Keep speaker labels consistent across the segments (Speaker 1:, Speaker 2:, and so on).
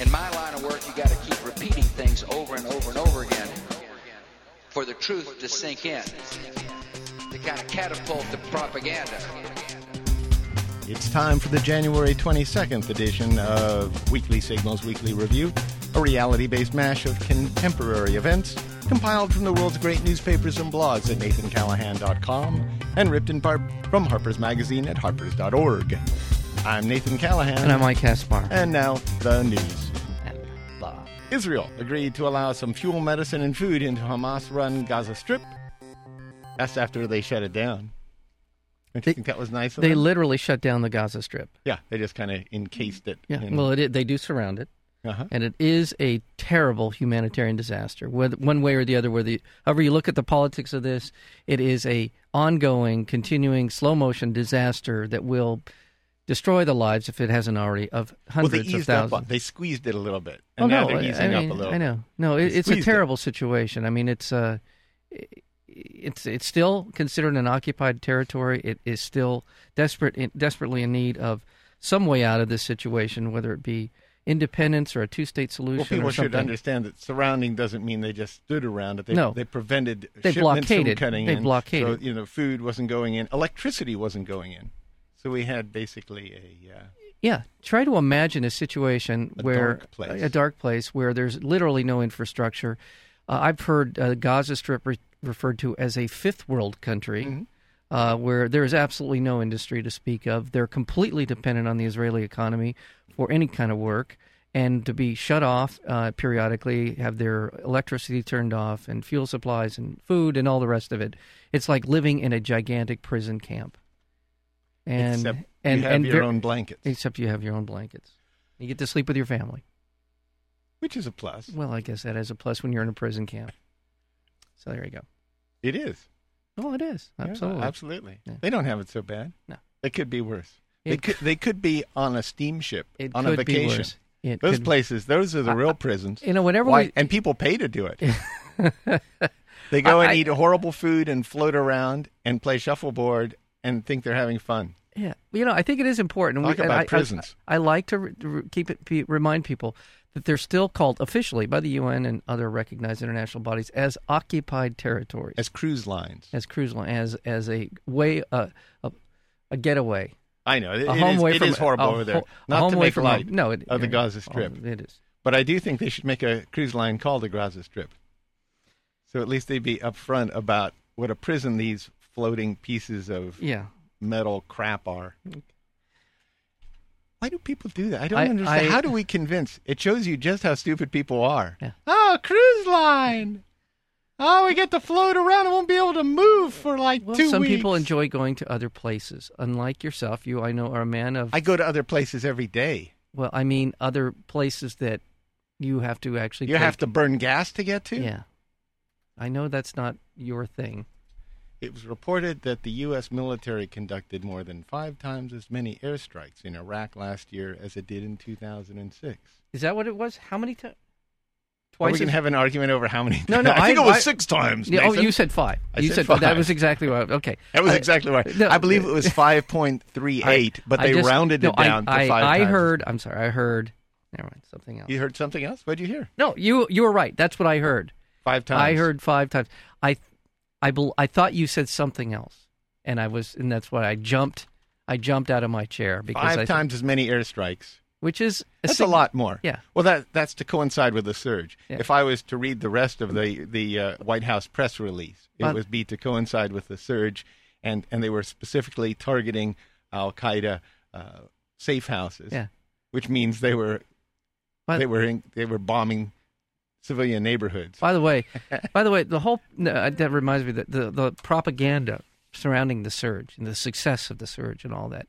Speaker 1: In my line of work, you got to keep repeating things over and over and over again for the truth to sink in, to kind of catapult the propaganda.
Speaker 2: It's time for the January 22nd edition of Weekly Signals Weekly Review, a reality based mash of contemporary events compiled from the world's great newspapers and blogs at nathancallahan.com and ripped in part from Harper's Magazine at harpers.org. I'm Nathan Callahan.
Speaker 3: And I'm Mike Caspar.
Speaker 2: And now, the news. Uh, Israel agreed to allow some fuel, medicine, and food into Hamas run Gaza Strip. That's after they shut it down. I think that was nice. of
Speaker 3: They
Speaker 2: them.
Speaker 3: literally shut down the Gaza Strip.
Speaker 2: Yeah, they just kind of encased it.
Speaker 3: Yeah.
Speaker 2: in-
Speaker 3: Well, it, i they do surround it,
Speaker 2: uh-huh.
Speaker 3: and it is a terrible humanitarian disaster, whether, one way or the other. Whether, you, however, you look at the politics of this, it is a ongoing, continuing, slow motion disaster that will destroy the lives, if it hasn't already, of
Speaker 2: well, they
Speaker 3: hundreds of
Speaker 2: eased up.
Speaker 3: thousands.
Speaker 2: on- They squeezed it a little bit,
Speaker 3: Oh
Speaker 2: and now
Speaker 3: no,
Speaker 2: they're
Speaker 3: I-
Speaker 2: easing
Speaker 3: I
Speaker 2: up
Speaker 3: mean,
Speaker 2: a little.
Speaker 3: I know. No,
Speaker 2: They
Speaker 3: it, it's a
Speaker 2: squeezed it.
Speaker 3: terrible situation. I mean, it's uh, it's it's still considered an occupied territory. It is still desperate, in, desperately in need of some way out of this situation, whether it be independence or a two-state solution
Speaker 2: Well,
Speaker 3: or
Speaker 2: people should
Speaker 3: something.
Speaker 2: understand that surrounding doesn't mean they just stood around it. They,
Speaker 3: No.
Speaker 2: they prevented
Speaker 3: They
Speaker 2: shipments
Speaker 3: blockaded.
Speaker 2: from cutting
Speaker 3: They
Speaker 2: in.
Speaker 3: blockaded.
Speaker 2: So you know, food wasn't going in, electricity wasn't going in. So we had basically a uh,
Speaker 3: Yeah, try to imagine a situation
Speaker 2: A
Speaker 3: where
Speaker 2: dark place.
Speaker 3: a dark place where there's literally no infrastructure. Uh, I've heard uh, Gaza Strip re- referred to as a fifth world country,
Speaker 2: Mm-hmm.
Speaker 3: uh, where there is absolutely no industry to speak of. They're completely dependent on the Israeli economy for any kind of work, and to be shut off uh, periodically, have their electricity turned off, and fuel supplies, and food, and all the rest of it. It's like living in a gigantic prison camp. And
Speaker 2: except
Speaker 3: and
Speaker 2: you have
Speaker 3: and
Speaker 2: your
Speaker 3: ver-
Speaker 2: own blankets,
Speaker 3: Except you have your own blankets. You get to sleep with your family.
Speaker 2: which is a plus.
Speaker 3: Well, I guess that is a plus when you're in a prison camp. So there you go.
Speaker 2: It is
Speaker 3: Oh, it is.
Speaker 2: Yeah,
Speaker 3: Absolutely.
Speaker 2: absolutely.
Speaker 3: Yeah.
Speaker 2: They don't have it so bad.
Speaker 3: No.
Speaker 2: It could be worse. They
Speaker 3: It
Speaker 2: could, they could be on a steamship
Speaker 3: It
Speaker 2: on a
Speaker 3: could be
Speaker 2: vacation.
Speaker 3: worse. It
Speaker 2: Those
Speaker 3: could-
Speaker 2: places, those are the
Speaker 3: I-
Speaker 2: real prisons.
Speaker 3: You know, whatever
Speaker 2: Why-
Speaker 3: we-
Speaker 2: and people pay to do it. They go
Speaker 3: I-
Speaker 2: and
Speaker 3: I-
Speaker 2: eat horrible food and float around and play shuffleboard and think they're having fun.
Speaker 3: Yeah, you know, I think it is important.
Speaker 2: Talk
Speaker 3: and
Speaker 2: about
Speaker 3: I, I-
Speaker 2: prisons.
Speaker 3: I, like to re- re- keep it pe- remind people that they're still called officially by the UN and other recognized international bodies as occupied territories,
Speaker 2: As cruise lines,
Speaker 3: as cruise line, as as a way uh, a, a getaway,
Speaker 2: I know it,
Speaker 3: a
Speaker 2: it
Speaker 3: home
Speaker 2: is-
Speaker 3: away
Speaker 2: it
Speaker 3: from
Speaker 2: is horrible
Speaker 3: a
Speaker 2: over there.
Speaker 3: ho- a
Speaker 2: Not
Speaker 3: home
Speaker 2: to
Speaker 3: away
Speaker 2: make
Speaker 3: from
Speaker 2: light
Speaker 3: home. No, it,
Speaker 2: of the
Speaker 3: yeah,
Speaker 2: Gaza
Speaker 3: oh,
Speaker 2: Strip,
Speaker 3: It is.
Speaker 2: but I do think they should make a cruise line called the Gaza Strip. So at least they'd be upfront about what a prison these floating pieces of
Speaker 3: Yeah.
Speaker 2: metal crap are. Why do people do that? I don't
Speaker 3: I-
Speaker 2: understand.
Speaker 3: I-
Speaker 2: how do we convince? It shows you just how stupid people are.
Speaker 3: Yeah.
Speaker 2: Oh, cruise line. Oh, we get to float around. I won't be able to move for like
Speaker 3: Well,
Speaker 2: two
Speaker 3: some
Speaker 2: weeks.
Speaker 3: people enjoy going to other places. Unlike yourself, you I know are a man of
Speaker 2: I go to other places every day.
Speaker 3: well, I mean other places that you have to actually
Speaker 2: You have to burn gas to get to.
Speaker 3: Yeah. I know that's not your thing.
Speaker 2: It was reported that the U.S. military conducted more than five times as many airstrikes in Iraq last year as it did in 2006.
Speaker 3: Is that what it was? How many times?
Speaker 2: Are we
Speaker 3: Twice
Speaker 2: can
Speaker 3: as-
Speaker 2: have an argument over how many.
Speaker 3: No, no,
Speaker 2: I think
Speaker 3: I-
Speaker 2: it was
Speaker 3: I-
Speaker 2: six times.
Speaker 3: Yeah, oh,
Speaker 2: Nathan.
Speaker 3: you said five.
Speaker 2: I
Speaker 3: you
Speaker 2: said
Speaker 3: that
Speaker 2: five.
Speaker 3: was exactly what. Okay,
Speaker 2: That was
Speaker 3: I-
Speaker 2: exactly right.
Speaker 3: no,
Speaker 2: I believe it was 5.38, but
Speaker 3: I
Speaker 2: they
Speaker 3: just-
Speaker 2: rounded it
Speaker 3: no, I-
Speaker 2: down
Speaker 3: I,
Speaker 2: to five
Speaker 3: I
Speaker 2: times.
Speaker 3: heard. I'm sorry. I heard. Never mind. Something else.
Speaker 2: You heard something else? What'd you hear?
Speaker 3: No, you you were right. That's what I heard.
Speaker 2: Five times.
Speaker 3: I heard five times. I, I, bel I thought you said something else, and I was, and that's why I jumped. I jumped out of my chair because
Speaker 2: five
Speaker 3: I,
Speaker 2: times as many airstrikes.
Speaker 3: which is
Speaker 2: That's a
Speaker 3: sig-
Speaker 2: lot more.
Speaker 3: Yeah.
Speaker 2: Well, that that's to coincide with the surge.
Speaker 3: Yeah.
Speaker 2: If I was to read the rest of the the uh, White House press release, it
Speaker 3: But-
Speaker 2: would be to coincide with the surge, and and they were specifically targeting Al Qaeda uh, safe houses.
Speaker 3: Yeah.
Speaker 2: Which means they were
Speaker 3: But-
Speaker 2: they were in, they were bombing civilian neighborhoods.
Speaker 3: By the way, by the way, the whole no, uh, that reminds me that the the propaganda surrounding the surge and the success of the surge and all that,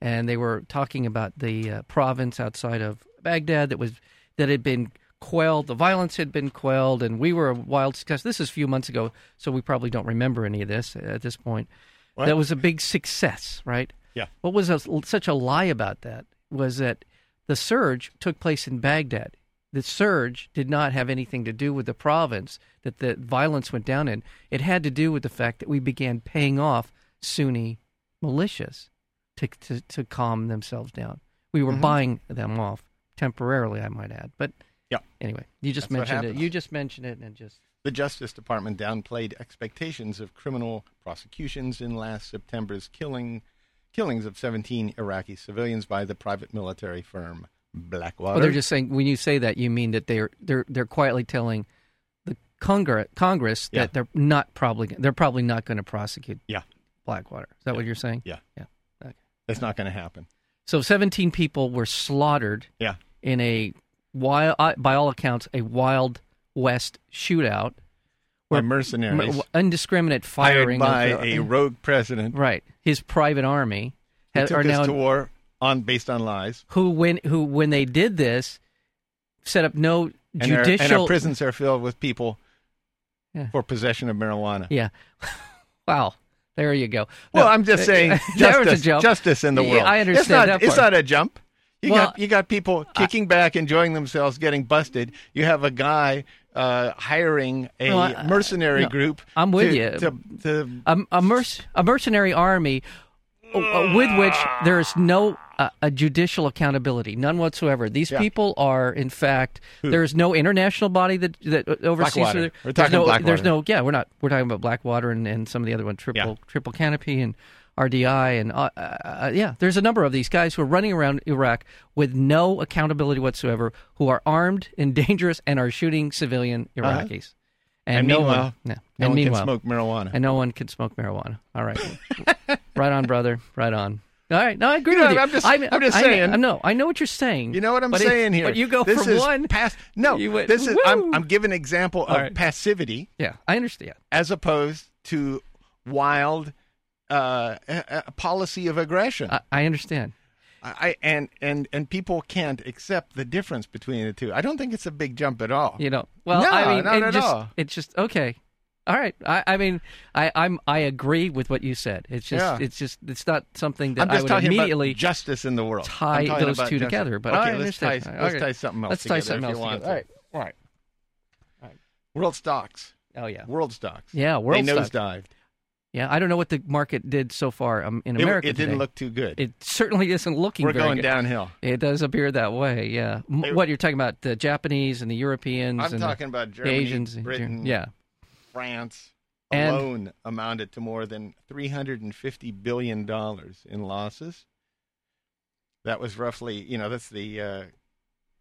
Speaker 3: and they were talking about the uh, province outside of Baghdad that was that had been quelled. The violence had been quelled, and we were a wild success. This is a few months ago, so we probably don't remember any of this at this point.
Speaker 2: What?
Speaker 3: That was a big success, right?
Speaker 2: Yeah.
Speaker 3: What was a, such a lie about that was that the surge took place in Baghdad. The surge did not have anything to do with the province that the violence went down in. It had to do with the fact that we began paying off Sunni
Speaker 2: Mm-hmm.
Speaker 3: militias to to, to calm themselves down. We were buying them off, temporarily, I might add. But
Speaker 2: Yeah.
Speaker 3: anyway, you just
Speaker 2: That's what
Speaker 3: mentioned it.
Speaker 2: happens.
Speaker 3: You just mentioned it, and just
Speaker 2: The Justice Department downplayed expectations of criminal prosecutions in last September's killing killings of 17 Iraqi civilians by the private military firm Blackwater.
Speaker 3: well, they're just saying when you say that, you mean that they're they're they're quietly telling the Congress Congress
Speaker 2: Yeah.
Speaker 3: that they're not probably they're probably not going to prosecute
Speaker 2: yeah,
Speaker 3: Blackwater. Is that what you're saying?
Speaker 2: yeah,
Speaker 3: Yeah. Okay.
Speaker 2: that's not going to happen.
Speaker 3: So 17 people were slaughtered
Speaker 2: Yeah,
Speaker 3: in a wild, uh, by all accounts, a wild west shootout.
Speaker 2: by mercenaries
Speaker 3: M- Indiscriminate
Speaker 2: hired
Speaker 3: firing
Speaker 2: by
Speaker 3: of the-
Speaker 2: a rogue president
Speaker 3: right. His private army
Speaker 2: who
Speaker 3: ha-
Speaker 2: took
Speaker 3: are
Speaker 2: us
Speaker 3: now
Speaker 2: to war on based on lies.
Speaker 3: who when who when they did this set up no
Speaker 2: And, our, and
Speaker 3: judicial
Speaker 2: our prisons are filled with people
Speaker 3: Yeah.
Speaker 2: for possession of marijuana.
Speaker 3: yeah. wow. There you go.
Speaker 2: Well,
Speaker 3: No, Uh,
Speaker 2: I'm just saying
Speaker 3: that was a
Speaker 2: justice,
Speaker 3: joke.
Speaker 2: justice in the
Speaker 3: Yeah,
Speaker 2: world.
Speaker 3: I understand
Speaker 2: It's not,
Speaker 3: that
Speaker 2: it's
Speaker 3: part.
Speaker 2: not a jump. You
Speaker 3: Well,
Speaker 2: got you got people kicking back, enjoying themselves, getting busted. You have a guy uh, hiring a
Speaker 3: Well, I-
Speaker 2: mercenary
Speaker 3: no,
Speaker 2: group.
Speaker 3: I'm with
Speaker 2: to-
Speaker 3: you.
Speaker 2: To, to,
Speaker 3: a, a, merc- a mercenary army uh, uh, with which there is no uh, a judicial accountability, none whatsoever. These
Speaker 2: Yeah.
Speaker 3: people are, in fact, there is no international body that that uh, oversees.
Speaker 2: Blackwater.
Speaker 3: their-
Speaker 2: We're
Speaker 3: there's
Speaker 2: talking
Speaker 3: no,
Speaker 2: Blackwater.
Speaker 3: There's no, yeah, we're not. We're talking about Blackwater and, and some of the other one, triple triple canopy and RDI and uh, uh, yeah. There's a number of these guys who are running around Iraq with no accountability whatsoever, who are armed and dangerous and are shooting civilian Iraqis.
Speaker 2: Uh-huh. and
Speaker 3: no
Speaker 2: meanwhile,
Speaker 3: one, no.
Speaker 2: no
Speaker 3: and
Speaker 2: one
Speaker 3: meanwhile,
Speaker 2: can smoke marijuana.
Speaker 3: and no one can smoke marijuana. All right, right on, brother. Right on. All right, no, I agree
Speaker 2: You know,
Speaker 3: with you.
Speaker 2: I'm just- I'm just saying.
Speaker 3: I know, I know what you're saying.
Speaker 2: you know what I'm
Speaker 3: but it-
Speaker 2: saying here?
Speaker 3: But you go
Speaker 2: this
Speaker 3: from
Speaker 2: is
Speaker 3: one
Speaker 2: pass. No,
Speaker 3: you went,
Speaker 2: this is
Speaker 3: "Woo."
Speaker 2: I'm, I'm giving an example
Speaker 3: All
Speaker 2: of
Speaker 3: right.
Speaker 2: passivity
Speaker 3: Yeah, I understand.
Speaker 2: as opposed to wild uh, a, a policy of aggression.
Speaker 3: I, I understand.
Speaker 2: I and and and people can't accept the difference between the two. I don't think it's a big jump at all.
Speaker 3: You know. Well,
Speaker 2: No,
Speaker 3: I mean,
Speaker 2: not
Speaker 3: it
Speaker 2: at
Speaker 3: just,
Speaker 2: all.
Speaker 3: It's just okay. All right. I, I mean, I, I'm I agree with what you said. It's just
Speaker 2: Yeah.
Speaker 3: it's just it's not something that
Speaker 2: I'm just
Speaker 3: I would
Speaker 2: talking
Speaker 3: immediately
Speaker 2: about justice in the world. I'm
Speaker 3: tie
Speaker 2: talking
Speaker 3: those
Speaker 2: about
Speaker 3: two
Speaker 2: justice.
Speaker 3: together. But
Speaker 2: okay,
Speaker 3: I
Speaker 2: let's
Speaker 3: understand.
Speaker 2: tie, let's
Speaker 3: Okay.
Speaker 2: tie something else
Speaker 3: Let's tie
Speaker 2: together
Speaker 3: something
Speaker 2: if
Speaker 3: else
Speaker 2: you want
Speaker 3: together. All right.
Speaker 2: to.
Speaker 3: All right.
Speaker 2: World stocks.
Speaker 3: Oh yeah.
Speaker 2: World stocks.
Speaker 3: Yeah, world
Speaker 2: they
Speaker 3: stock.
Speaker 2: nosedived.
Speaker 3: Yeah, I don't know what the market did so far um, in
Speaker 2: It,
Speaker 3: America.
Speaker 2: it didn't
Speaker 3: today.
Speaker 2: look too good.
Speaker 3: It certainly isn't looking.
Speaker 2: We're
Speaker 3: very
Speaker 2: going
Speaker 3: good.
Speaker 2: downhill.
Speaker 3: It does appear that way. Yeah. M-
Speaker 2: They-
Speaker 3: what you're talking about, the Japanese and the Europeans.
Speaker 2: I'm
Speaker 3: and
Speaker 2: talking about
Speaker 3: the
Speaker 2: Germany,
Speaker 3: Asians, and
Speaker 2: Britain,
Speaker 3: Ger- Yeah.
Speaker 2: France
Speaker 3: And-
Speaker 2: alone amounted to more than $350 billion in losses. That was roughly, you know, that's the uh,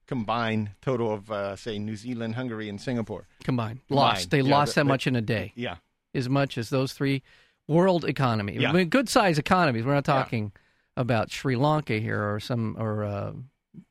Speaker 2: combined total of, uh, say, New Zealand, Hungary, and Singapore.
Speaker 3: Combined,
Speaker 2: Combined.
Speaker 3: lost. They
Speaker 2: Yeah,
Speaker 3: lost
Speaker 2: the-
Speaker 3: that
Speaker 2: the-
Speaker 3: much in a day,
Speaker 2: Yeah.
Speaker 3: as much as those three world economy.
Speaker 2: Yeah.
Speaker 3: I mean, good size economies. We're not
Speaker 2: Yeah.
Speaker 3: talking about Sri Lanka here or some or uh,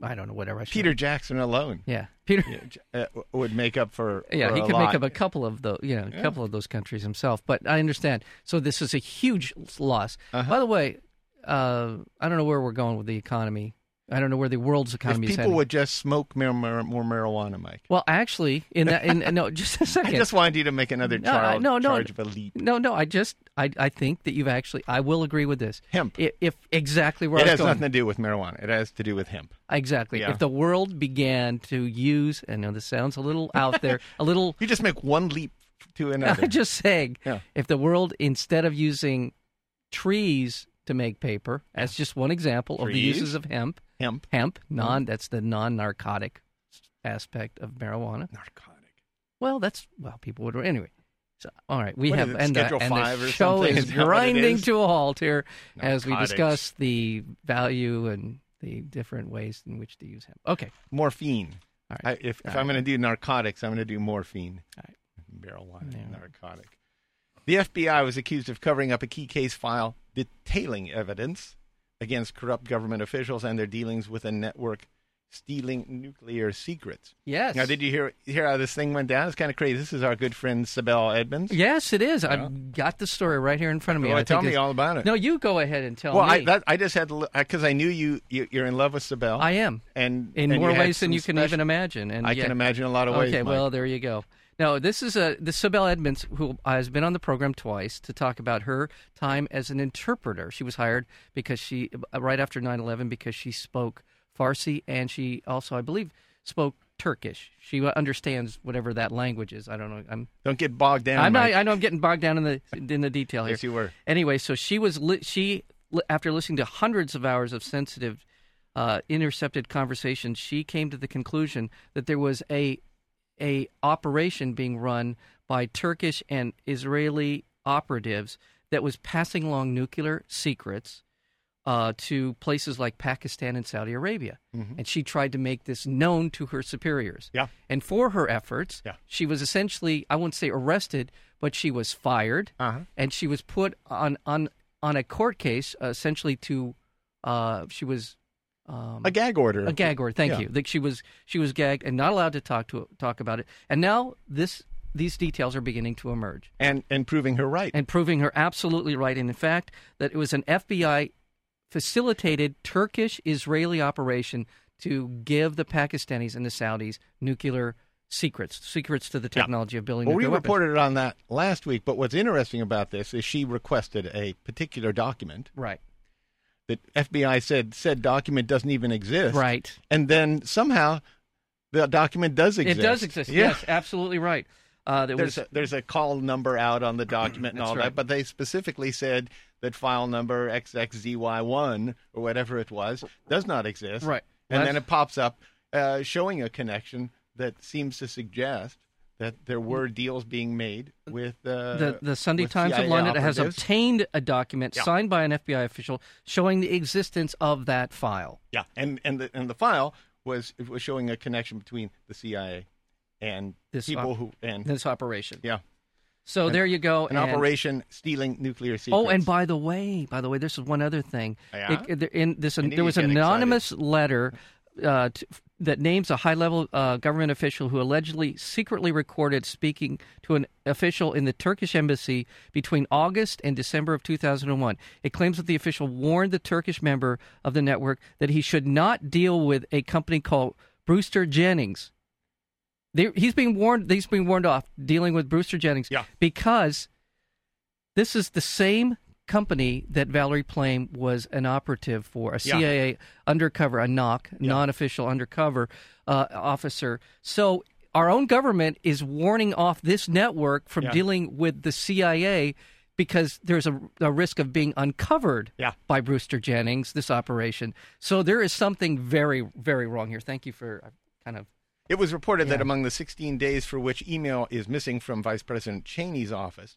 Speaker 3: I don't know whatever. I should-
Speaker 2: Peter Jackson alone
Speaker 3: Yeah. Peter.
Speaker 2: uh, w- would make up for.
Speaker 3: Yeah,
Speaker 2: for
Speaker 3: he
Speaker 2: a
Speaker 3: could
Speaker 2: lot.
Speaker 3: make up a couple of those, you know, a
Speaker 2: Yeah.
Speaker 3: couple of those countries himself. But I understand. So this is a huge loss.
Speaker 2: Uh-huh.
Speaker 3: By the way, uh, I don't know where we're going with the economy. I don't know where the world's
Speaker 2: If
Speaker 3: economy is
Speaker 2: people
Speaker 3: heading.
Speaker 2: would just smoke mar- mar- more marijuana, Mike.
Speaker 3: Well, actually, in that, in uh, no, just a
Speaker 2: I
Speaker 3: second.
Speaker 2: just wanted you to make another
Speaker 3: No, I-
Speaker 2: charge,
Speaker 3: no, no.
Speaker 2: charge of a leap.
Speaker 3: no, no, I just, I, I think that you've actually, I will agree with this.
Speaker 2: Hemp.
Speaker 3: I- If, exactly where
Speaker 2: It
Speaker 3: I was
Speaker 2: has
Speaker 3: going.
Speaker 2: nothing to do with marijuana. It has to do with hemp.
Speaker 3: exactly.
Speaker 2: Yeah.
Speaker 3: If the world began to use, I know this sounds a little out there, a little.
Speaker 2: You just make one leap to another.
Speaker 3: I'm just saying,
Speaker 2: Yeah.
Speaker 3: if the world instead of using trees to make paper, as just one example of the
Speaker 2: Trees? Mm-hmm.
Speaker 3: uses of hemp,
Speaker 2: hemp.
Speaker 3: hemp non that's the non-narcotic aspect of marijuana.
Speaker 2: Narcotic.
Speaker 3: Well, that's well, people would anyway. So, all right, we
Speaker 2: What
Speaker 3: have
Speaker 2: is it,
Speaker 3: and the,
Speaker 2: Schedule
Speaker 3: and
Speaker 2: five
Speaker 3: the
Speaker 2: or
Speaker 3: show
Speaker 2: something?
Speaker 3: is
Speaker 2: Is that what it
Speaker 3: grinding
Speaker 2: is?
Speaker 3: to a halt here as we
Speaker 2: Narcotics.
Speaker 3: discuss the value and the different ways in which to use hemp. Okay,
Speaker 2: morphine.
Speaker 3: all right.
Speaker 2: I, if if I'm going to do narcotics, I'm going to do morphine.
Speaker 3: All right.
Speaker 2: Marijuana,
Speaker 3: Yeah.
Speaker 2: narcotic. The FBI was accused of covering up a key case file detailing evidence against corrupt government officials and their dealings with a network stealing nuclear secrets.
Speaker 3: yes.
Speaker 2: Now, did you hear hear how this thing went down? It's kind of crazy. This is our good friend Sibel Edmonds.
Speaker 3: Yes, it is. I've got the story right here in front of me.
Speaker 2: Well,
Speaker 3: I
Speaker 2: tell
Speaker 3: think
Speaker 2: me
Speaker 3: it's-
Speaker 2: all about it.
Speaker 3: No, you go ahead and tell
Speaker 2: well,
Speaker 3: me.
Speaker 2: I that, I just had to because I knew you, you you're in love with Sibel.
Speaker 3: I am
Speaker 2: and
Speaker 3: in
Speaker 2: and
Speaker 3: more
Speaker 2: you had
Speaker 3: ways than
Speaker 2: some
Speaker 3: you can
Speaker 2: special-
Speaker 3: even imagine. And
Speaker 2: I
Speaker 3: yeah.
Speaker 2: can imagine a lot of ways.
Speaker 3: Okay,
Speaker 2: Mike.
Speaker 3: well, there you go. Now, this is a the Sibel Edmonds who has been on the program twice to talk about her time as an interpreter. She was hired because she uh, right after 9/11 because she spoke Farsi and she also, I believe, spoke Turkish. She understands whatever that language is. I don't know. I'm
Speaker 2: don't get bogged down.
Speaker 3: I'm
Speaker 2: Mike.
Speaker 3: not, I know I'm getting bogged down in the in the detail here.
Speaker 2: Yes, you were.
Speaker 3: Anyway, so she was li- she li- after listening to hundreds of hours of sensitive uh, intercepted conversations, she came to the conclusion that there was a a operation being run by Turkish and Israeli operatives that was passing along nuclear secrets uh, to places like Pakistan and Saudi Arabia. And she tried to make this known to her superiors.
Speaker 2: Mm-hmm. Yeah.
Speaker 3: And for her efforts,
Speaker 2: Yeah.
Speaker 3: she was essentially, I won't say arrested, but she was fired.
Speaker 2: Uh-huh.
Speaker 3: And she was put on, on, on a court case, uh, essentially to, uh, she was um,
Speaker 2: a gag order.
Speaker 3: a gag order. Thank
Speaker 2: Yeah.
Speaker 3: you. That she was she was gagged and not allowed to talk to talk about it. And now this these details are beginning to emerge
Speaker 2: And and proving her right.
Speaker 3: and proving her absolutely right. And in fact, that it was an FBI facilitated Turkish Israeli operation to give the Pakistanis and the Saudis nuclear secrets, secrets to the technology of building
Speaker 2: well, we
Speaker 3: nuclear weapons.
Speaker 2: reported on that last week, but what's interesting about this is she requested a particular document
Speaker 3: Right.
Speaker 2: that FBI said said document doesn't even exist.
Speaker 3: Right.
Speaker 2: And then somehow the document does exist.
Speaker 3: It does exist.
Speaker 2: Yeah.
Speaker 3: Yes, absolutely right. Uh, there
Speaker 2: There's
Speaker 3: was
Speaker 2: a, there's a call number out on the document and
Speaker 3: That's
Speaker 2: all that,
Speaker 3: right.
Speaker 2: but they specifically said that file number XXZY1 or whatever it was does not exist.
Speaker 3: Right.
Speaker 2: And
Speaker 3: Well,
Speaker 2: then
Speaker 3: that's-
Speaker 2: it pops up uh, showing a connection that seems to suggest that there were deals being made with uh,
Speaker 3: the, the Sunday
Speaker 2: with
Speaker 3: Times of
Speaker 2: CIA
Speaker 3: London has
Speaker 2: operatives.
Speaker 3: obtained a document
Speaker 2: Yeah.
Speaker 3: signed by an FBI official showing the existence of that file.
Speaker 2: Yeah, and and the and the file was it was showing a connection between the CIA and
Speaker 3: This
Speaker 2: people
Speaker 3: op-
Speaker 2: who and
Speaker 3: This operation.
Speaker 2: yeah,
Speaker 3: So there you go.
Speaker 2: an
Speaker 3: and-
Speaker 2: operation stealing nuclear secrets.
Speaker 3: Oh, and by the way, by the way, this is one other thing.
Speaker 2: Yeah?
Speaker 3: It- there- in this,
Speaker 2: need
Speaker 3: there
Speaker 2: to
Speaker 3: was
Speaker 2: get
Speaker 3: an
Speaker 2: excited.
Speaker 3: anonymous letter uh, t that names a high-level uh, government official who allegedly secretly recorded speaking to an official in the Turkish embassy between August and December of 2001. It claims that the official warned the Turkish member of the network that he should not deal with a company called Brewster Jennings. They, he's being warned. He's being warned off dealing with Brewster Jennings
Speaker 2: Yeah.
Speaker 3: because this is the same company that Valerie Plame was an operative for, a
Speaker 2: Yeah.
Speaker 3: CIA undercover, a NOC,
Speaker 2: Yeah.
Speaker 3: non-official undercover uh, officer. So our own government is warning off this network from
Speaker 2: Yeah.
Speaker 3: dealing with the CIA because there's a, a risk of being uncovered
Speaker 2: Yeah.
Speaker 3: by Brewster Jennings, this operation. So there is something very, very wrong here. Thank you for uh, kind of
Speaker 2: it was reported that
Speaker 3: Yeah.
Speaker 2: among the 16 days for which email is missing from Vice President Cheney's office,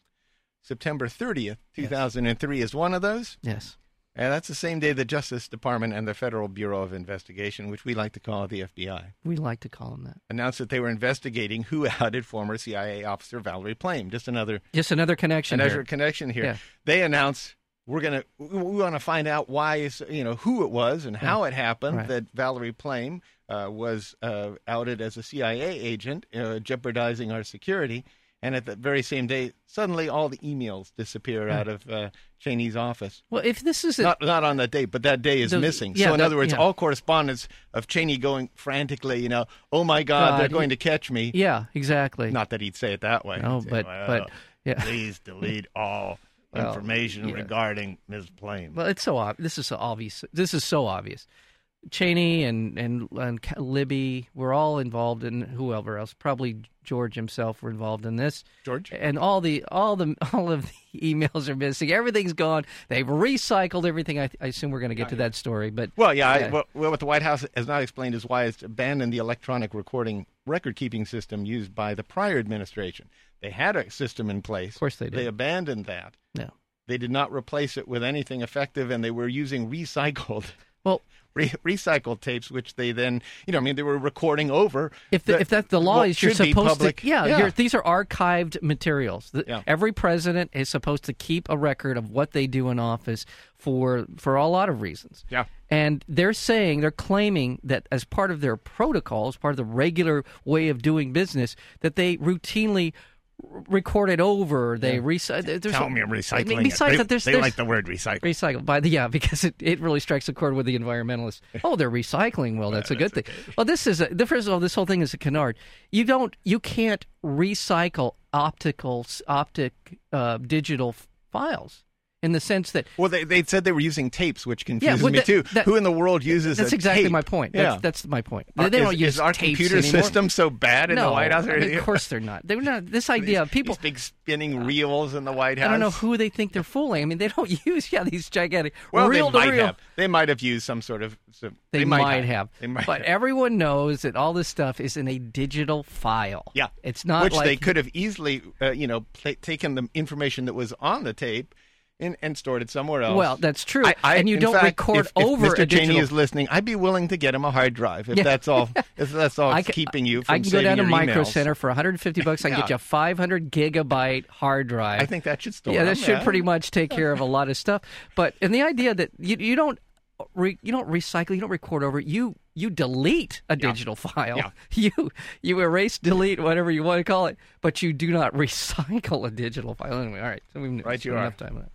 Speaker 2: September 30th, 2003 is one of those.
Speaker 3: yes.
Speaker 2: And that's the same day the Justice Department and the Federal Bureau of Investigation, which we like to call the FBI,
Speaker 3: We like to call them that.
Speaker 2: announced that they were investigating who outed former CIA officer Valerie Plame. Just another
Speaker 3: Just another connection.
Speaker 2: An
Speaker 3: here.
Speaker 2: Azure connection here.
Speaker 3: Yeah.
Speaker 2: They announce we're gonna we, we want to find out why is you know who it was and how it happened
Speaker 3: Right.
Speaker 2: that Valerie Plame uh, was uh, outed as a CIA agent, uh, jeopardizing our security. And at that very same day, suddenly all the emails disappear out of uh, Cheney's office.
Speaker 3: well, if this is a,
Speaker 2: Not not on that day, but that day is
Speaker 3: Those-
Speaker 2: missing.
Speaker 3: yeah,
Speaker 2: so in
Speaker 3: that-
Speaker 2: other words,
Speaker 3: yeah.
Speaker 2: all correspondence of Cheney going frantically, you know, oh my God,
Speaker 3: God,
Speaker 2: they're
Speaker 3: he-
Speaker 2: going to catch me.
Speaker 3: yeah, exactly.
Speaker 2: Not that he'd say it that way.
Speaker 3: No,
Speaker 2: He'd say,
Speaker 3: but-
Speaker 2: "Well,
Speaker 3: but- yeah."
Speaker 2: Please delete all
Speaker 3: Well,
Speaker 2: information
Speaker 3: yeah.
Speaker 2: regarding Ms. Plame.
Speaker 3: Well, it's so ob- this is so obvious. This is so obvious. Cheney and and and Ca- Libby were all involved in whoever else, probably George himself, were involved in this.
Speaker 2: George?
Speaker 3: and all the all the all of the emails are missing. Everything's gone. They've recycled everything. I, I assume we're going to get to that story, but
Speaker 2: Well, yeah. I,
Speaker 3: Yeah.
Speaker 2: well, well, what the White House has not explained is why it's abandoned the electronic recording record-keeping system used by the prior administration. They had a system in place.
Speaker 3: Of course they did.
Speaker 2: They abandoned that.
Speaker 3: no.
Speaker 2: They did not replace it with anything effective, and they were using recycled.
Speaker 3: Well,
Speaker 2: Re- recycled tapes, which they then, you know, I mean, they were recording over.
Speaker 3: if the, if that's the law
Speaker 2: what
Speaker 3: is you're
Speaker 2: should be
Speaker 3: supposed
Speaker 2: public.
Speaker 3: to yeah, You're, these are archived materials The-
Speaker 2: Yeah.
Speaker 3: every president is supposed to keep a record of what they do in office for for a lot of reasons
Speaker 2: Yeah.
Speaker 3: and they're saying they're claiming that as part of their protocol as part of the regular way of doing business that they routinely r- record it over they recycle
Speaker 2: Tell me I'm
Speaker 3: I
Speaker 2: recycling
Speaker 3: mean,
Speaker 2: it.
Speaker 3: besides
Speaker 2: They-
Speaker 3: that there's,
Speaker 2: they
Speaker 3: there's
Speaker 2: like the word recycle.
Speaker 3: Recycle by the yeah because it, it really strikes a chord with the environmentalists. Oh, they're recycling. Well, that's a good thing. Well, this is a, the first of all. This whole thing is a canard. You don't you can't recycle optical s- optic uh, digital f- files. in the sense that
Speaker 2: Well, they, they said they were using tapes, which confuses
Speaker 3: well,
Speaker 2: me
Speaker 3: that-
Speaker 2: too.
Speaker 3: that-
Speaker 2: Who in the world uses
Speaker 3: that's
Speaker 2: a
Speaker 3: exactly
Speaker 2: tape? Uh,
Speaker 3: my point. That's, that's my point. They, they
Speaker 2: Is-
Speaker 3: don't use
Speaker 2: is our
Speaker 3: tapes
Speaker 2: computer
Speaker 3: anymore.
Speaker 2: system so bad in
Speaker 3: no,
Speaker 2: the White House?
Speaker 3: I mean, of course they're not. They're not. This idea of people.
Speaker 2: These big spinning reels in the White House.
Speaker 3: I don't know who they think they're fooling. I mean, they don't use yeah these gigantic
Speaker 2: Well,
Speaker 3: real
Speaker 2: they might
Speaker 3: to real.
Speaker 2: have. They might have used some sort of. some-
Speaker 3: They, might, have.
Speaker 2: They might
Speaker 3: but
Speaker 2: have.
Speaker 3: everyone knows that all this stuff is in a digital file.
Speaker 2: Yeah,
Speaker 3: it's not
Speaker 2: which
Speaker 3: like
Speaker 2: they could have easily, uh, you know, pla taken the information that was on the tape and, and stored it somewhere else.
Speaker 3: Well, that's true.
Speaker 2: I, I,
Speaker 3: And you
Speaker 2: in
Speaker 3: don't
Speaker 2: fact,
Speaker 3: record
Speaker 2: if, if
Speaker 3: over
Speaker 2: Mr.
Speaker 3: a
Speaker 2: Cheney
Speaker 3: digital-
Speaker 2: is listening. I'd be willing to get him a hard drive if that's all. if that's all it's
Speaker 3: ca-
Speaker 2: keeping you from
Speaker 3: I can go
Speaker 2: saving
Speaker 3: down to
Speaker 2: your
Speaker 3: Micro
Speaker 2: emails.
Speaker 3: Center for 150 bucks. I can
Speaker 2: Yeah.
Speaker 3: get you a 500 gigabyte hard drive.
Speaker 2: I think that should store.
Speaker 3: yeah,
Speaker 2: them,
Speaker 3: that should pretty much take care of a lot of stuff. But and the idea that you, you don't re, you don't recycle, you don't record over, you you delete a digital file.
Speaker 2: Yeah.
Speaker 3: You you erase, delete, whatever you want to call it, but you do not recycle a digital file. Anyway, all right, so we've
Speaker 2: Right, you
Speaker 3: spent enough
Speaker 2: are.
Speaker 3: time on that.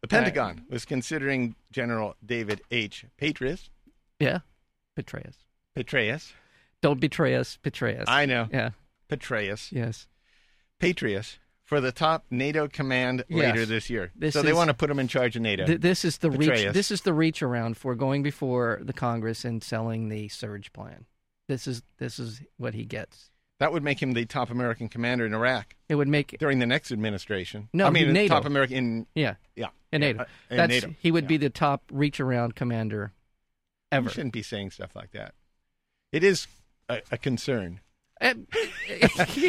Speaker 2: The Pentagon was considering General David H. Petraeus.
Speaker 3: Yeah, betray us.
Speaker 2: Petraeus.
Speaker 3: Don't betray us. Betray us.
Speaker 2: I know.
Speaker 3: Yeah.
Speaker 2: Petraeus.
Speaker 3: Yes.
Speaker 2: Patrius for the top NATO command
Speaker 3: Yes.
Speaker 2: later this year.
Speaker 3: This
Speaker 2: so they
Speaker 3: is-
Speaker 2: want to put him in charge of NATO.
Speaker 3: Th- this is the
Speaker 2: Betray
Speaker 3: reach.
Speaker 2: us.
Speaker 3: This is the reach around for going before the Congress and selling the surge plan. This is this is what he gets.
Speaker 2: that would make him the top American commander in Iraq
Speaker 3: It would make
Speaker 2: during the next administration.
Speaker 3: No,
Speaker 2: I mean
Speaker 3: NATO.
Speaker 2: top American. In,
Speaker 3: yeah
Speaker 2: yeah,
Speaker 3: in NATO.
Speaker 2: Uh, in
Speaker 3: That's
Speaker 2: NATO.
Speaker 3: he would
Speaker 2: Yeah.
Speaker 3: be the top reach around commander
Speaker 2: You
Speaker 3: ever.
Speaker 2: shouldn't be saying stuff like that. It is a, a concern
Speaker 3: Eh,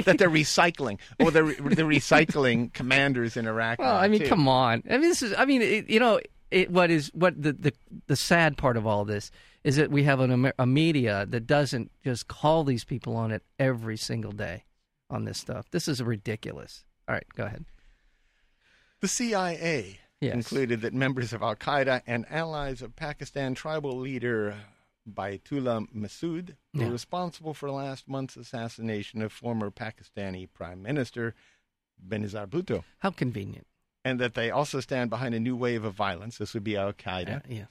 Speaker 2: that they're recycling, or they're, they're recycling commanders in Iraq.
Speaker 3: well,
Speaker 2: now,
Speaker 3: I mean,
Speaker 2: Uh, too.
Speaker 3: come on. I mean, this is. I mean, it, you know, it, what is what the, the the sad part of all this is that we have an, Amer- a media that doesn't just call these people on it every single day on this stuff. This is ridiculous. All right, go ahead.
Speaker 2: The CIA
Speaker 3: Yes.
Speaker 2: concluded that members of Al Qaeda and allies of Pakistan tribal leader Baitullah Masood were
Speaker 3: Yeah.
Speaker 2: responsible for last month's assassination of former Pakistani Prime Minister Benazir Bhutto,
Speaker 3: How convenient.
Speaker 2: and that they also stand behind a new wave of violence. This would be Al Qaeda
Speaker 3: Yeah. Uh, yeah.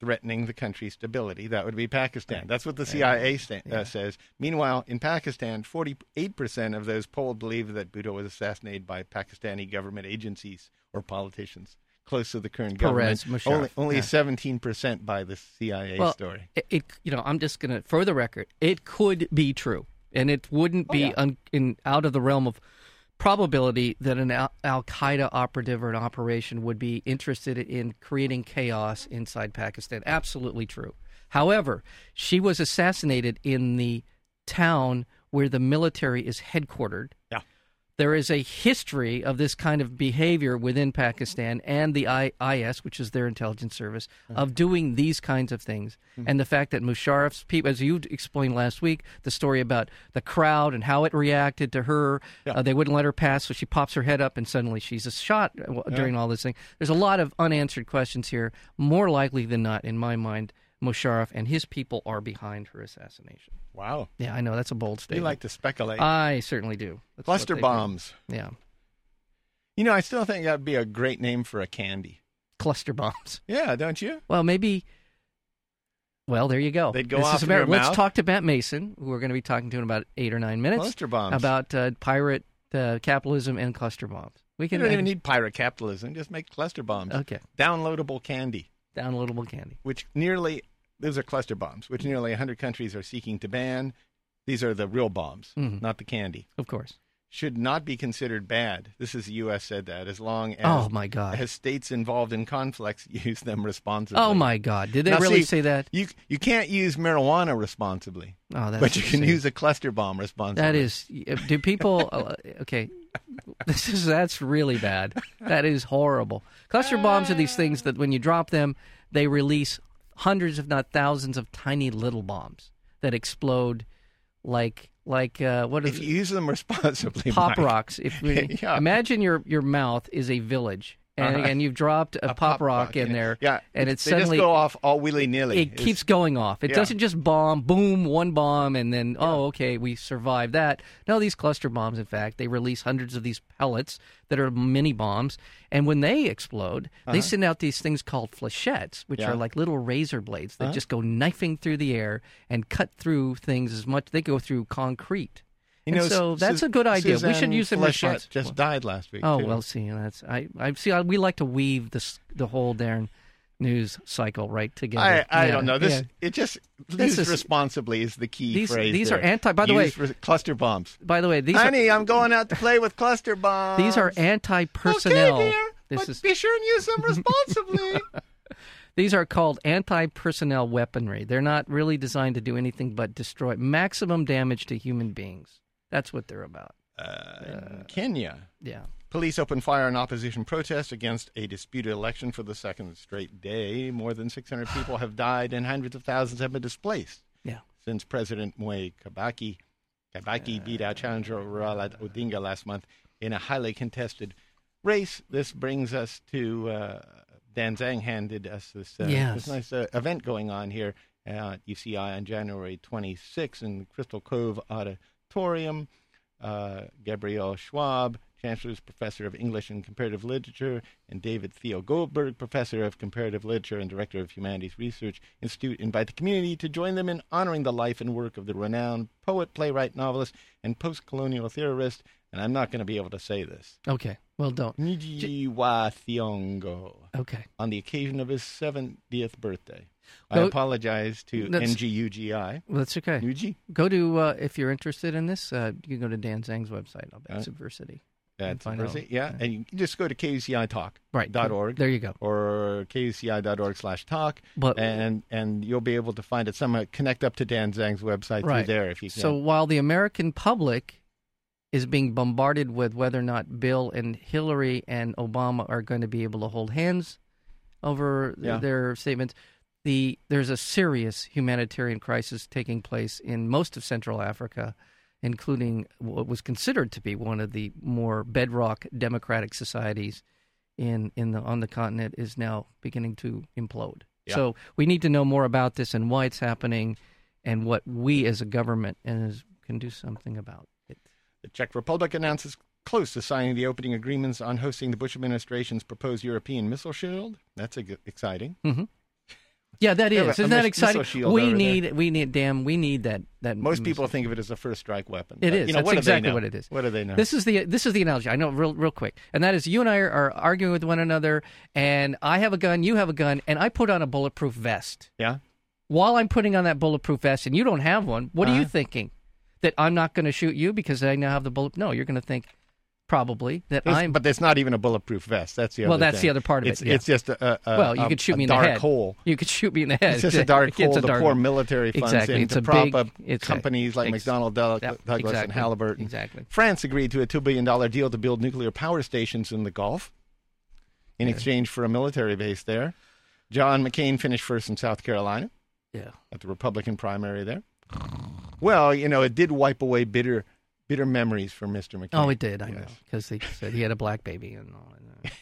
Speaker 2: threatening the country's stability. That would be Pakistan. That's what the CIA sta- uh, says. Meanwhile, in Pakistan, 48% of those polled believe that Bhutto was assassinated by Pakistani government agencies or politicians close to the current
Speaker 3: Perez,
Speaker 2: government.
Speaker 3: Musharraf.
Speaker 2: Only, only
Speaker 3: Yeah.
Speaker 2: 17% by the CIA story.
Speaker 3: It, it- you know, I'm just gonna for the record, it could be true, and it wouldn't be
Speaker 2: Oh, yeah.
Speaker 3: un, in out of the realm of probability that an Al Qaeda operative or an operation would be interested in creating chaos inside Pakistan. Absolutely true. However, she was assassinated in the town where the military is headquartered.
Speaker 2: Yeah.
Speaker 3: There is a history of this kind of behavior within Pakistan and the I- IS, which is their intelligence service,
Speaker 2: Mm-hmm.
Speaker 3: of doing these kinds of things. And the fact that Musharraf's people, as you explained last week, the story about the crowd and how it reacted to her,
Speaker 2: Yeah.
Speaker 3: uh, they wouldn't let her pass, so she pops her head up and suddenly she's a shot uh, w- during all this thing. There's a lot of unanswered questions here. More likely than not, in my mind, Musharraf and his people are behind her assassination.
Speaker 2: Wow.
Speaker 3: Yeah, I know that's a bold
Speaker 2: You
Speaker 3: statement.
Speaker 2: like to speculate.
Speaker 3: I certainly do. That's what
Speaker 2: Cluster
Speaker 3: they do.
Speaker 2: bombs.
Speaker 3: Yeah.
Speaker 2: You know, I still think that would be a great name for a candy.
Speaker 3: cluster bombs.
Speaker 2: Yeah, don't you?
Speaker 3: Well, maybe. Well, there you go.
Speaker 2: They'd go
Speaker 3: This
Speaker 2: off
Speaker 3: is
Speaker 2: in
Speaker 3: Ameri-
Speaker 2: your
Speaker 3: Let's
Speaker 2: mouth?
Speaker 3: talk to Matt Mason, who we're going to be talking to in about eight or nine minutes.
Speaker 2: Cluster bombs.
Speaker 3: About uh, pirate uh, capitalism and cluster bombs. We
Speaker 2: You
Speaker 3: can
Speaker 2: don't even need pirate capitalism. Just make cluster bombs.
Speaker 3: Okay.
Speaker 2: Downloadable candy.
Speaker 3: downloadable candy.
Speaker 2: which nearly those are cluster bombs, which nearly 100 countries are seeking to ban. These are the real bombs,
Speaker 3: Mhm.
Speaker 2: not the candy.
Speaker 3: Of course.
Speaker 2: Should not be considered bad. This is the U.S. said that as long as
Speaker 3: oh my god.
Speaker 2: as states involved in conflicts use them responsibly.
Speaker 3: oh my god. Did they
Speaker 2: Now,
Speaker 3: really
Speaker 2: see,
Speaker 3: say that?
Speaker 2: You you can't use marijuana responsibly,
Speaker 3: Oh, that's
Speaker 2: but you can
Speaker 3: insane.
Speaker 2: use a cluster bomb responsibly.
Speaker 3: That is. Do people? uh, okay, this is that's really bad. That is horrible. Cluster bombs are these things that when you drop them, they release hundreds, if not thousands, of tiny little bombs that explode like like uh, what is
Speaker 2: if you use them responsibly.
Speaker 3: pop
Speaker 2: Mike.
Speaker 3: rocks. If we,
Speaker 2: Yeah.
Speaker 3: imagine your your mouth is a village. And,
Speaker 2: Uh-huh.
Speaker 3: and you've dropped a,
Speaker 2: A
Speaker 3: pop, rock, in
Speaker 2: yeah.
Speaker 3: there,
Speaker 2: Yeah,
Speaker 3: and
Speaker 2: they
Speaker 3: it suddenly
Speaker 2: just go off all willy nilly.
Speaker 3: it keeps going off. It
Speaker 2: Yeah.
Speaker 3: doesn't just bomb, boom, one bomb, and then oh, okay, we survived that. No, these cluster bombs. In fact, they release hundreds of these pellets that are mini bombs, and when they explode, they send out these things called flechettes, which
Speaker 2: Uh-huh. Yeah. Uh-huh.
Speaker 3: are like little razor blades that just go knifing through the air and cut through things as much. They go through concrete.
Speaker 2: You
Speaker 3: And
Speaker 2: know,
Speaker 3: so
Speaker 2: Su-
Speaker 3: that's
Speaker 2: Su-
Speaker 3: a good idea. We should
Speaker 2: Suzanne
Speaker 3: use it in
Speaker 2: Flechette
Speaker 3: response.
Speaker 2: just
Speaker 3: Well-
Speaker 2: died last week.
Speaker 3: Oh
Speaker 2: too.
Speaker 3: well, see, that's I. I see. I, we like to weave this the whole darn news cycle right
Speaker 2: I,
Speaker 3: together.
Speaker 2: I
Speaker 3: Yeah,
Speaker 2: don't know. This
Speaker 3: yeah.
Speaker 2: it just
Speaker 3: This
Speaker 2: used
Speaker 3: is-
Speaker 2: responsibly is the key
Speaker 3: These-
Speaker 2: phrase.
Speaker 3: these
Speaker 2: there.
Speaker 3: are anti- by the way-
Speaker 2: Use res- cluster bombs.
Speaker 3: By the way, these
Speaker 2: Honey, I'm going out to play with cluster bombs.
Speaker 3: are these are anti-personnel.
Speaker 2: Okay, dear,
Speaker 3: this
Speaker 2: but
Speaker 3: is
Speaker 2: be sure and use them responsibly.
Speaker 3: these are called anti-personnel weaponry. They're not really designed to do anything but destroy maximum damage to human beings. That's what they're about.
Speaker 2: uh, Kenya.
Speaker 3: Yeah.
Speaker 2: Police opened fire in opposition protest against a disputed election for the second straight day. More than 600 people have died and hundreds of thousands have been displaced
Speaker 3: Yeah.
Speaker 2: since President Mwai Kibaki, Kibaki beat out challenger Raila Odinga last month in a highly contested race. This brings us to uh, Dan Zhang handed us this, uh,
Speaker 3: Yes.
Speaker 2: this nice uh, event going on here at UCI on January 26 in the Crystal Cove Auditorium. Uh, Gabrielle Schwab, Chancellor's Professor of English and Comparative Literature, and David Theo Goldberg, Professor of Comparative Literature and Director of Humanities Research Institute, invite the community to join them in honoring the life and work of the renowned poet, playwright, novelist, and post colonial theorist. And I'm not going to be able to say this.
Speaker 3: Okay. Well, don't.
Speaker 2: Nijiwa Thiongo
Speaker 3: Okay.
Speaker 2: on the occasion of his 70th birthday. I
Speaker 3: Go-
Speaker 2: apologize to
Speaker 3: That's-
Speaker 2: NGUGI.
Speaker 3: Well, that's okay.
Speaker 2: Nugi?
Speaker 3: Go to uh, if you're interested in this, uh, you can go to Dan Zhang's website. I'll bet
Speaker 2: Uh,
Speaker 3: Subversity.
Speaker 2: That's
Speaker 3: find out.
Speaker 2: it. Yeah. And you can just go to kcitalk.org
Speaker 3: Right. There Uh, you go.
Speaker 2: or kci.org slash talk.
Speaker 3: But-
Speaker 2: and and you'll be able to find it somehow. Connect up to Dan Zhang's website
Speaker 3: Right.
Speaker 2: through there if you can.
Speaker 3: So while the American public is being bombarded with whether or not Bill and Hillary and Obama are going to be able to hold hands over th-
Speaker 2: Yeah.
Speaker 3: their statements, the there's a serious humanitarian crisis taking place in most of Central Africa, including what was considered to be one of the more bedrock democratic societies in in the on the continent is now beginning to implode.
Speaker 2: Yeah.
Speaker 3: So we need to know more about this and why it's happening, and what we as a government and as can do something about it.
Speaker 2: The Czech Republic announces close to signing the opening agreements on hosting the Bush administration's proposed European missile shield. That's ex- exciting.
Speaker 3: Mm-hmm. Yeah, that
Speaker 2: Yeah,
Speaker 3: is.
Speaker 2: but a
Speaker 3: Isn't that
Speaker 2: mis-
Speaker 3: exciting?
Speaker 2: missile shield
Speaker 3: We
Speaker 2: over
Speaker 3: need. We need. Damn, we need that. That
Speaker 2: Most people
Speaker 3: missile.
Speaker 2: think of it as a first strike weapon.
Speaker 3: Mm-hmm. It
Speaker 2: But,
Speaker 3: is.
Speaker 2: You know,
Speaker 3: That's
Speaker 2: what do they
Speaker 3: exactly
Speaker 2: know?
Speaker 3: what it is.
Speaker 2: What do they know?
Speaker 3: This is the this is the analogy. I know real real quick, and that is you and I are, are arguing with one another, and I have a gun, you have a gun, and I put on a bulletproof vest.
Speaker 2: yeah.
Speaker 3: While I'm putting on that bulletproof vest, and you don't have one, what
Speaker 2: Uh-huh.
Speaker 3: are you thinking? That I'm not going to shoot you because I now have the bullet? No, you're going to think probably that
Speaker 2: This-
Speaker 3: I'm.
Speaker 2: but it's not even a bulletproof vest. That's the other
Speaker 3: Well, that's
Speaker 2: thing.
Speaker 3: the other part of
Speaker 2: it's,
Speaker 3: it, yeah.
Speaker 2: It's just a, a- a-
Speaker 3: well, you
Speaker 2: a-
Speaker 3: could shoot
Speaker 2: uh, um, a
Speaker 3: me in
Speaker 2: dark
Speaker 3: the head.
Speaker 2: hole.
Speaker 3: You could shoot me in the head.
Speaker 2: It's just a dark hole
Speaker 3: It's a
Speaker 2: the
Speaker 3: dark
Speaker 2: poor
Speaker 3: hole.
Speaker 2: military funds
Speaker 3: exactly.
Speaker 2: in
Speaker 3: it's
Speaker 2: to
Speaker 3: a
Speaker 2: prop
Speaker 3: big,
Speaker 2: up
Speaker 3: it's a-
Speaker 2: companies like
Speaker 3: ex-
Speaker 2: McDonnell Doug-
Speaker 3: Yep,
Speaker 2: Douglas and
Speaker 3: exactly,
Speaker 2: Halliburton.
Speaker 3: Exactly.
Speaker 2: France agreed to a $2 billion deal to build nuclear power stations in the Gulf in exchange for a military base there. John McCain finished first in South Carolina
Speaker 3: Yeah.
Speaker 2: at the Republican primary there. Well, you know, it did wipe away bitter bitter memories for Mr. McCain.
Speaker 3: Oh, it did. I know. 'Cause
Speaker 2: Yes.
Speaker 3: know because they said he had a black baby and all that.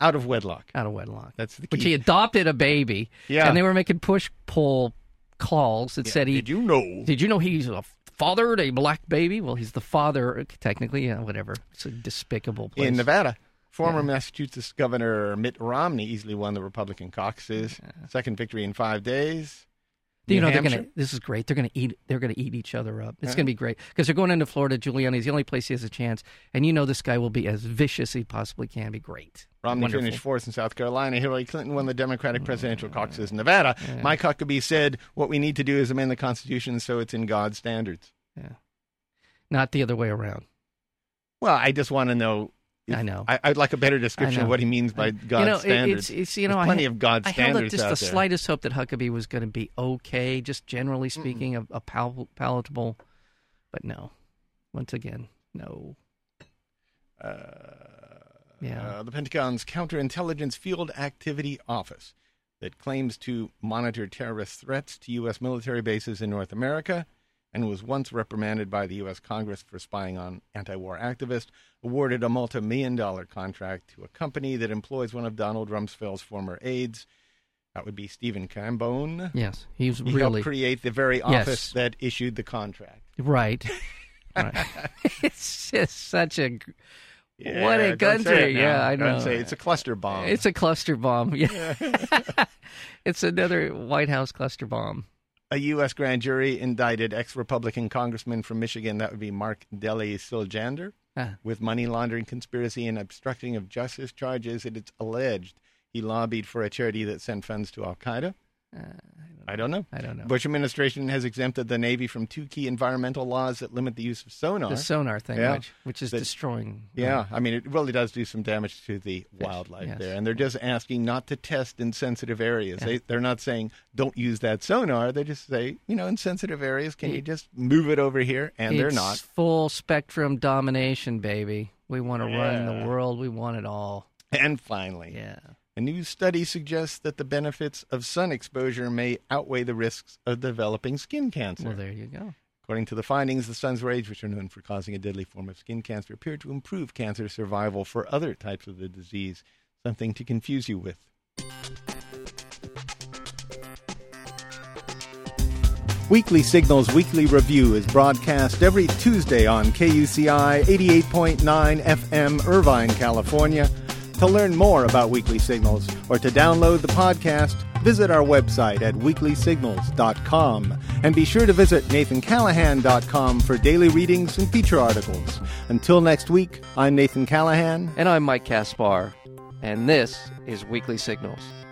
Speaker 2: Out of wedlock.
Speaker 3: out of wedlock.
Speaker 2: That's the
Speaker 3: Which
Speaker 2: key.
Speaker 3: he adopted a baby.
Speaker 2: Yeah.
Speaker 3: And they were making push pull calls that said he
Speaker 2: Did you know?
Speaker 3: did you know he's a father to a black baby? Well, he's the father technically, yeah, whatever. It's a despicable place.
Speaker 2: in Nevada. Former Massachusetts Governor Mitt Romney easily won the Republican caucuses. Second victory in five days.
Speaker 3: Do you
Speaker 2: New
Speaker 3: know they're
Speaker 2: Hampshire.
Speaker 3: gonna? This is great. They're gonna eat. They're gonna eat each other up. It's gonna be great because they're going into Florida. Giuliani's the only place he has a chance, and you know this guy will be as vicious he possibly can. Be great.
Speaker 2: Romney
Speaker 3: Wonderful. Mm.
Speaker 2: finished fourth in South Carolina. Hillary Clinton won the Democratic presidential caucuses in Nevada. Mike Huckabee said, What we need to do is amend the Constitution so it's in God's standards.
Speaker 3: Yeah. Not the other way around.
Speaker 2: Well, I just want to know.
Speaker 3: I know.
Speaker 2: I, would like a better description
Speaker 3: I
Speaker 2: of
Speaker 3: know.
Speaker 2: what he means by
Speaker 3: I-
Speaker 2: God's
Speaker 3: you know, it-
Speaker 2: standards.
Speaker 3: It's, it's, you know,
Speaker 2: There's
Speaker 3: I
Speaker 2: plenty
Speaker 3: had-
Speaker 2: of God's
Speaker 3: I held up
Speaker 2: standards
Speaker 3: just
Speaker 2: out
Speaker 3: the
Speaker 2: there.
Speaker 3: slightest hope that Huckabee was going to be okay, just generally speaking, a, a pal- palatable. But no, once again, no. yeah.
Speaker 2: uh, the Pentagon's Counterintelligence Field Activity Office that claims to monitor terrorist threats to U.S. military bases in North America and was once reprimanded by the U.S. Congress for spying on anti war activists, awarded a multi million dollar contract to a company that employs one of Donald Rumsfeld's former aides. That would be Stephen Cambone.
Speaker 3: yes, he was
Speaker 2: He
Speaker 3: really
Speaker 2: helped create the very
Speaker 3: Yes.
Speaker 2: office that issued the contract.
Speaker 3: right. right. it's just such a gr- what
Speaker 2: Yeah,
Speaker 3: a
Speaker 2: don't say
Speaker 3: country.
Speaker 2: it now.
Speaker 3: Yeah, I
Speaker 2: Don't
Speaker 3: know.
Speaker 2: say it. it's a cluster bomb.
Speaker 3: It's a cluster bomb. Yeah, it's another White House cluster bomb.
Speaker 2: A U.S. grand jury indicted ex Republican congressman from Michigan, that would be Mark Deli Siljander,
Speaker 3: Ah.
Speaker 2: with money laundering conspiracy and obstructing of justice charges. It is alleged he lobbied for a charity that sent funds to Al Qaeda. I don't know.
Speaker 3: I Uh, don't know.
Speaker 2: Bush administration has exempted the Navy from two key environmental laws that limit the use of sonar.
Speaker 3: The sonar thing,
Speaker 2: Yeah.
Speaker 3: which, which is
Speaker 2: That-
Speaker 3: destroying.
Speaker 2: Yeah, I mean, it really does do some damage to the wildlife
Speaker 3: yes.
Speaker 2: there. And they're just asking not to test in sensitive areas. They, they're not saying, don't use that sonar. They just say, you know, in sensitive areas, can you just move it over here? And they're
Speaker 3: It's
Speaker 2: not.
Speaker 3: full spectrum domination, baby. We want to run
Speaker 2: Yeah.
Speaker 3: the world. We want it all.
Speaker 2: And finally,
Speaker 3: Yeah.
Speaker 2: a new study suggests that the benefits of sun exposure may outweigh the risks of developing skin cancer.
Speaker 3: Well, there you go.
Speaker 2: According to the findings, the sun's rays, which are known for causing a deadly form of skin cancer, appear to improve cancer survival for other types of the disease. Something to confuse you with. Weekly Signals Weekly Review is broadcast every Tuesday on KUCI 88.9 FM, Irvine, California. To learn more about Weekly Signals or to download the podcast, visit our website at weeklysignals.com. And be sure to visit nathancallahan.com for daily readings and feature articles. Until next week, I'm Nathan Callahan.
Speaker 4: And I'm Mike Kaspar, and this is Weekly Signals.